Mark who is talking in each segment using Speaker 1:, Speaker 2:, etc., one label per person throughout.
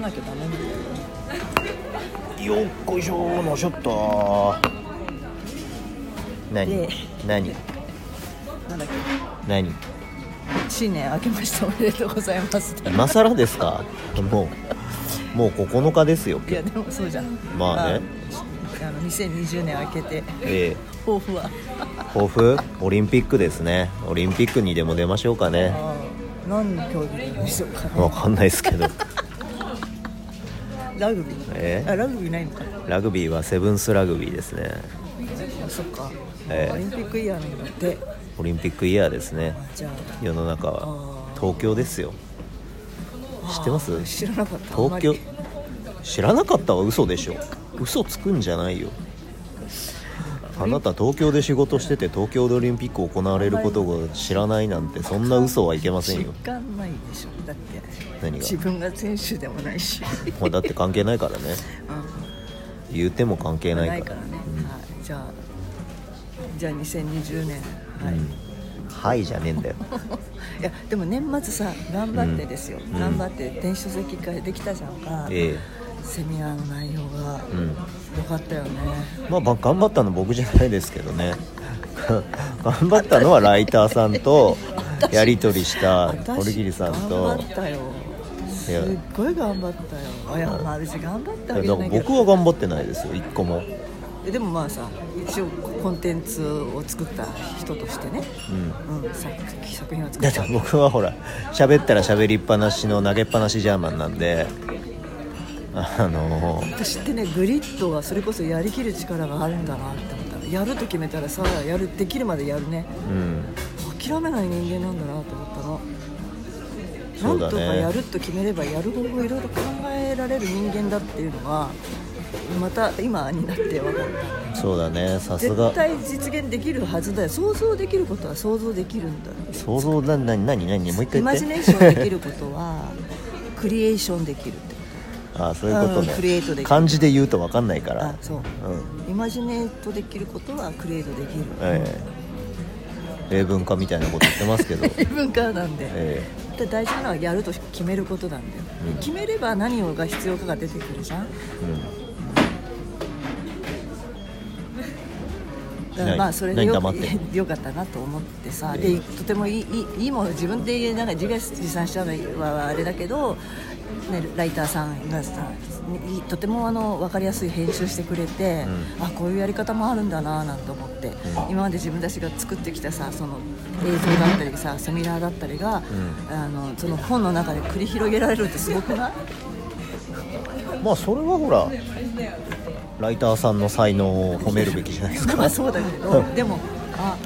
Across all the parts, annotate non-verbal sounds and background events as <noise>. Speaker 1: なきゃダメみたい
Speaker 2: よっこいしょーのショット何
Speaker 1: で
Speaker 2: 何
Speaker 1: ななんだっけ
Speaker 2: 何
Speaker 1: 新年明けましておめでとうございますって
Speaker 2: 今更ですかもうもう9日ですよ
Speaker 1: いやでもそうじゃん
Speaker 2: まあね
Speaker 1: ああの2020年明けて
Speaker 2: え
Speaker 1: 抱負は
Speaker 2: え抱負オリンピックですねオリンピックにでも出ましょうかね
Speaker 1: あー何の競技なんでしょうか
Speaker 2: わかんないですけ
Speaker 1: <laughs>
Speaker 2: ど
Speaker 1: ラグビー
Speaker 2: え
Speaker 1: あラグビーないのか
Speaker 2: ラグビーはセブンスラグビーですね
Speaker 1: あそっか、
Speaker 2: ええ
Speaker 1: オリンピックイヤーなんだって
Speaker 2: オリンピックイヤーですね
Speaker 1: じゃ
Speaker 2: 世の中は東京ですよ
Speaker 1: あ
Speaker 2: 知ってます
Speaker 1: あー知らなかったあんま
Speaker 2: 東
Speaker 1: り
Speaker 2: 京知らなかったは嘘でしょ嘘つくんじゃないよあなた東京で仕事してて東京でオリンピック行われることを知らないなんてそんな嘘はいけませんよ
Speaker 1: 実感ないでしょだって
Speaker 2: 何が
Speaker 1: 自分が選手でもないし
Speaker 2: まあだって関係ないからね
Speaker 1: あ
Speaker 2: 言うても関係
Speaker 1: ー
Speaker 2: な
Speaker 1: ないい
Speaker 2: か
Speaker 1: かららね、はい、じゃあじゃあ2020年はい、
Speaker 2: うん
Speaker 1: い
Speaker 2: はいじゃねえんだよ
Speaker 1: やでも年末さ頑張ってですよ、
Speaker 2: うん
Speaker 1: 頑張って電子書籍化できたじゃんか、
Speaker 2: え
Speaker 1: セミナーの内容が
Speaker 2: えうん
Speaker 1: 良かったよね、
Speaker 2: まあば頑張ったの僕じゃないですけどね <laughs> 頑張ったのはライターさんとやり取りした堀切さんと
Speaker 1: 頑張ったよす
Speaker 2: いや
Speaker 1: っごい頑張ったよあいやまあ別に頑張ったわけじ
Speaker 2: だ
Speaker 1: ゃ
Speaker 2: か
Speaker 1: な
Speaker 2: ら
Speaker 1: いけ
Speaker 2: 僕
Speaker 1: ど
Speaker 2: は頑張ってないですよ一個も
Speaker 1: でもまあさ一応コンテンツを作った人としてね、
Speaker 2: うん
Speaker 1: うん、作作品を作
Speaker 2: だ
Speaker 1: っ
Speaker 2: って
Speaker 1: た
Speaker 2: 僕はほら喋ったら喋りっぱなしの投げっぱなしジャーマンなんであの
Speaker 1: 私ってねグリッドはそれこそやりきる力があるんだなって思ったやると決めたらさやるできるまでやるね
Speaker 2: うん
Speaker 1: 諦めない人間なんだなと思ったの
Speaker 2: そう
Speaker 1: な
Speaker 2: だ
Speaker 1: ん
Speaker 2: ね
Speaker 1: とかやると決めればやる方法いろいろ考えられる人間だっていうのはまた今になって分かった
Speaker 2: そうだねさすが
Speaker 1: 絶対実現できるはずだよ想像できることは想像できるんだよ
Speaker 2: 想像な何何何もう一
Speaker 1: イ
Speaker 2: 回言
Speaker 1: マ
Speaker 2: っ
Speaker 1: ジネー
Speaker 2: て
Speaker 1: ションできることはクリエーションできるってこ
Speaker 2: あそういうこと
Speaker 1: うんクリエイトでき
Speaker 2: ね
Speaker 1: る
Speaker 2: 漢字で言うと分かんないか
Speaker 1: と
Speaker 2: ら
Speaker 1: あそう
Speaker 2: うん
Speaker 1: イマジネートできることはクリエイトできる、
Speaker 2: ええ例文化みたいなこと言ってますけど
Speaker 1: 自分からなんで、
Speaker 2: え
Speaker 1: で大事なのはやると決めることなんだよ、
Speaker 2: うん
Speaker 1: 決めれば何をが必要かが出てくるじゃん
Speaker 2: え
Speaker 1: だからまあ
Speaker 2: 何
Speaker 1: それでよ
Speaker 2: 何黙って
Speaker 1: く <laughs> よかったなと思ってさ、
Speaker 2: ええ
Speaker 1: でとてもいいいいいいもの自分で言えなんか自画自賛したのはあれだけど、ね、ライターさんがさいいとてもあの分かりやすい編集してくれて、あこういうやり方もあるんだななんて思って、今まで自分たちが作ってきたさその映像だったりさセミナーだったりが、あのその本の中で繰り広げられるってすごく
Speaker 2: <laughs>
Speaker 1: ない
Speaker 2: うんまあそれはほらライターさんの才能を褒めるべきじゃないですか <laughs>
Speaker 1: まあそうだけどでもあ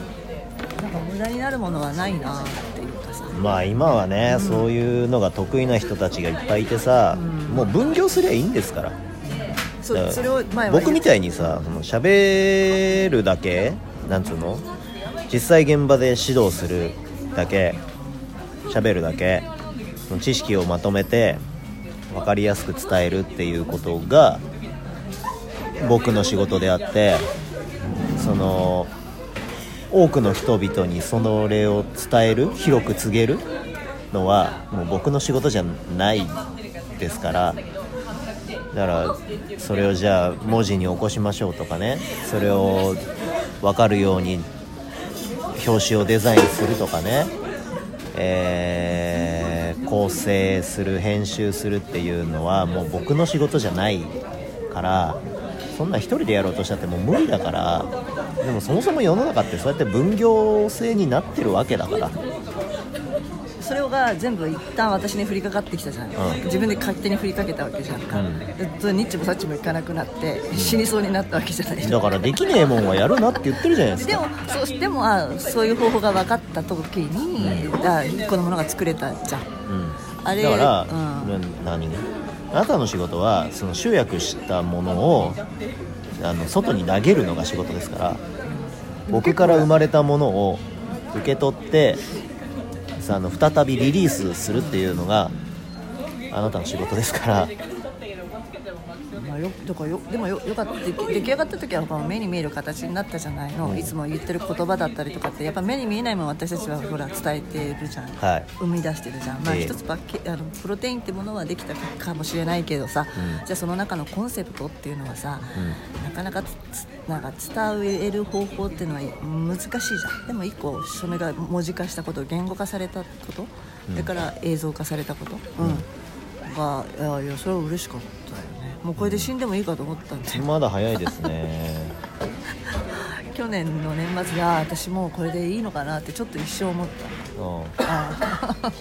Speaker 1: なんか無駄になるものはないなっていうかさ。
Speaker 2: まあ今はね、そういうのが得意な人たちがいっぱいいてさ、もう分業すりゃいいんですから
Speaker 1: そ
Speaker 2: だから
Speaker 1: それを前は
Speaker 2: 僕みたいにさその喋るだけなんつうの実際現場で指導するだけ喋るだけその知識をまとめて分かりやすく伝えるっていうことが僕の仕事であってその多くの人々にその例を伝える広く告げるのはもう僕の仕事じゃないですからだからそれをじゃあ文字に起こしましょうとかねそれを分かるように表紙をデザインするとかね、えー構成する編集するっていうのはもう僕の仕事じゃないからそんなん一人でやろうとしたってもう無理だからでもそもそも世の中ってそうやって分業制になってるわけだから
Speaker 1: それが全部一旦私に降りかかってきたじゃん、
Speaker 2: うん
Speaker 1: 自分で勝手に降りかけたわけじゃんか、
Speaker 2: うん
Speaker 1: でそれニッチもサッチもいかなくなって死にそうになったわけじゃない、
Speaker 2: だからできねえもんはやるなって言ってるじゃないです
Speaker 1: で
Speaker 2: か
Speaker 1: もそうでもあそういう方法が分かった時に、だこのものが作れたじゃん
Speaker 2: うん
Speaker 1: あれ
Speaker 2: だから、
Speaker 1: うん
Speaker 2: な何あなたの仕事はその集約したものをあの外に投げるのが仕事ですから僕から生まれたものを受け取ってさあの再びリリースするっていうのがあなたの仕事ですから
Speaker 1: まあ、よだからよでもよよかった出来出来上がった時はこの目に見える形になったじゃないの、いつも言ってる言葉だったりとかってやっぱ目に見えないもん私たちはほら伝えてるじゃん、 <laughs>
Speaker 2: はい
Speaker 1: 生み出してるじゃん、まあ、
Speaker 2: ええ
Speaker 1: 一つパッケあのプロテインってものはできたかもしれないけどさ、
Speaker 2: うん
Speaker 1: じゃあその中のコンセプトっていうのはさ、なかなかつつなんか伝える方法っていうのは難しいじゃんでも一個それが文字化したこと言語化されたこと、だから映像化されたこと、うんがいやいやそれは嬉しかったよねもうこれで死んでもいいかと思ったんで、
Speaker 2: まだ早いです
Speaker 1: <laughs>
Speaker 2: ね
Speaker 1: 去年の年末でああ私もうこれでいいのかなってちょっと一生思っ
Speaker 2: うん
Speaker 1: たああ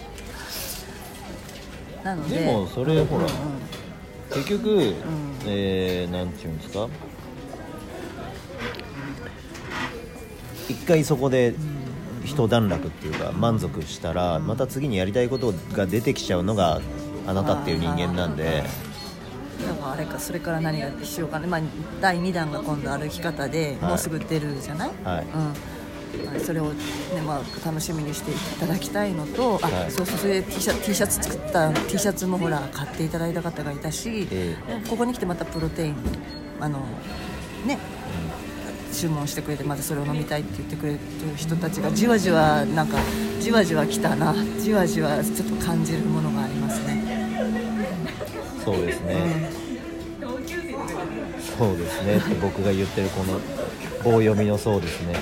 Speaker 1: なので
Speaker 2: でもそれほら
Speaker 1: うん
Speaker 2: 結局、えー、なんていうんですか一回そこで一段落っていうか満足したらまた次にやりたいことが出てきちゃうのがあなたっていう人間なんで
Speaker 1: だからあれかそれから何がしようかね、まあ、第2弾が今度歩き方で、
Speaker 2: はい
Speaker 1: もうすぐ出るじゃない、
Speaker 2: はい
Speaker 1: うんはい、それを、ねまあ、楽しみにしていただきたいのとあ、
Speaker 2: はい
Speaker 1: そうそうそれで T シャ T シャツ作った T シャツもほら買っていただいた方がいたし、
Speaker 2: え
Speaker 1: ここに来てまたプロテインあのね注文してくれてまたそれを飲みたいって言ってくれる人たちがじわじわなんかじわじわ来たなじわじわちょっと感じるものがありますね。
Speaker 2: そうですねそうですねって僕が言ってるこの棒読みのそうですね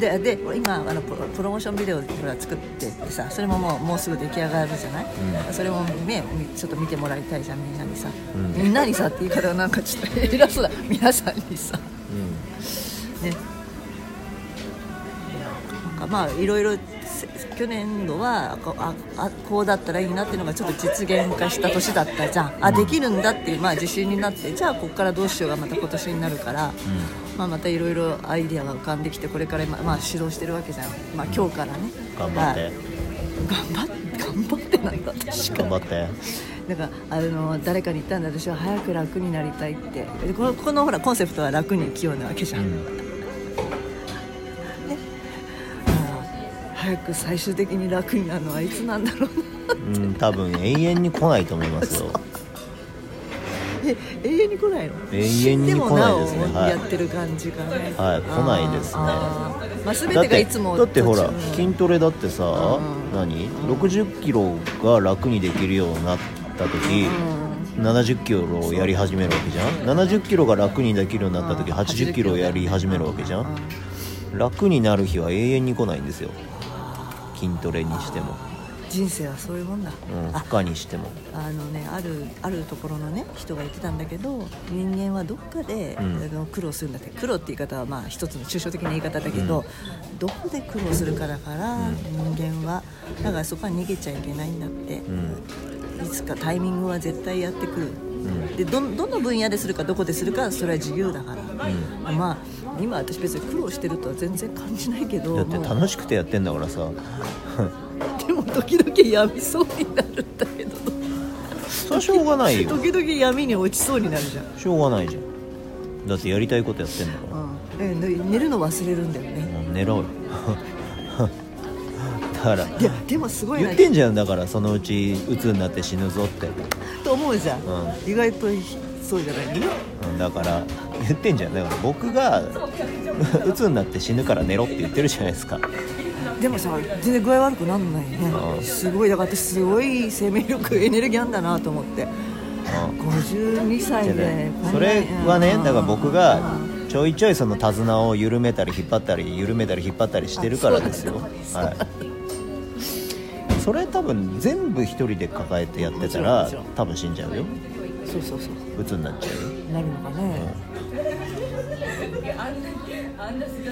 Speaker 1: でで今あのプロプロモーションビデオほら作ってってさそれももうもうすぐ出来上がるじゃない、それも、ね、みちょっと見てもらいたいじゃんみんなにさ、
Speaker 2: うん
Speaker 1: みんなにさって言い方がなんかちょっと偉そうだ皆さんにさ
Speaker 2: う
Speaker 1: ねなんかまあいろいろせ去年度はこああこうだったらいいなっていうのがちょっと実現化した年だったじゃんあできるんだっていう、まあ、自信になってじゃあここからどうしようがまた今年になるから、まあ、またいろいろアイディアが浮かんできてこれから今、まあ、指導してるわけじゃん、まあ、今日からね
Speaker 2: 頑張って
Speaker 1: はい頑張って頑張ってなんだ私
Speaker 2: ん
Speaker 1: が
Speaker 2: 頑張って
Speaker 1: だからあの誰かに言ったんだ私は早く楽になりたいってでこのこのほらコンセプトは楽に生きようなわけじゃん、早く最終的に楽になるのはいつなんだろう <laughs> な
Speaker 2: うん、うん、多分永遠に来ないと思いますよ
Speaker 1: え永遠に来ないの
Speaker 2: 永遠に来ないですね
Speaker 1: 死んでもなお
Speaker 2: はい
Speaker 1: やってる感じがね
Speaker 2: はい来ないですね
Speaker 1: あーまあ、
Speaker 2: だ
Speaker 1: 全
Speaker 2: って
Speaker 1: がいつも
Speaker 2: だってほら
Speaker 1: 途中
Speaker 2: 筋トレだってさ、
Speaker 1: うん
Speaker 2: 何60キロが楽にできるようになった時、70キロをやり始めるわけじゃん70キロが楽にできるようになった時
Speaker 1: うん
Speaker 2: 80キロをやり始めるわけじゃん楽になる日は永遠に来ないんですよ筋トレにしても、
Speaker 1: 人生はそういうもんだ、
Speaker 2: うん、
Speaker 1: あ
Speaker 2: 負荷にしても
Speaker 1: あのねあるあるところのね人が言ってたんだけど人間はどっかで、
Speaker 2: うん
Speaker 1: あの苦労するんだって苦労って言い方はまあ一つの抽象的な言い方だけど、どこで苦労するかだから、人間はだからそこは逃げちゃいけないんだって、
Speaker 2: うん
Speaker 1: いつかタイミングは絶対やってくる、
Speaker 2: ん
Speaker 1: でどどの分野でするかどこでするかはそれは自由だから、まあ今私別に苦労してるとは全然感じないけど
Speaker 2: だって
Speaker 1: もう
Speaker 2: 楽しくてやってんだからさ
Speaker 1: でも時々やみそうになるんだけど
Speaker 2: それはしょうがないよ
Speaker 1: 時々闇に落ちそうになるじゃん
Speaker 2: しょうがないじゃんだってやりたいことやってんだから
Speaker 1: うんえね寝るの忘れるんだよね
Speaker 2: もう寝ろよ <laughs> だから
Speaker 1: いやでもすごい
Speaker 2: 言
Speaker 1: な
Speaker 2: ってんじゃんだからそのうち鬱になって死ぬぞって、
Speaker 1: と思うじゃん、
Speaker 2: う
Speaker 1: 意外とそうじゃないね
Speaker 2: うん、だから言ってんじゃんだから僕が鬱になって死ぬから寝ろって言ってるじゃないですか
Speaker 1: でもさ全然具合悪くなんないね
Speaker 2: うん
Speaker 1: すごいだから私すごい生命力エネルギーあんだなと思って
Speaker 2: うん
Speaker 1: 52歳で
Speaker 2: それはね
Speaker 1: う
Speaker 2: だ
Speaker 1: ん
Speaker 2: から僕がちょいちょいその手綱を緩めたり引っ張ったり緩めたり引っ張ったりしてるからですよはいそれ多分全部一人で抱えてやってたら
Speaker 1: もちろんもちろん
Speaker 2: 多分死んじゃうよ
Speaker 1: そうそうそう
Speaker 2: 鬱になっちゃうよ
Speaker 1: なるのかね、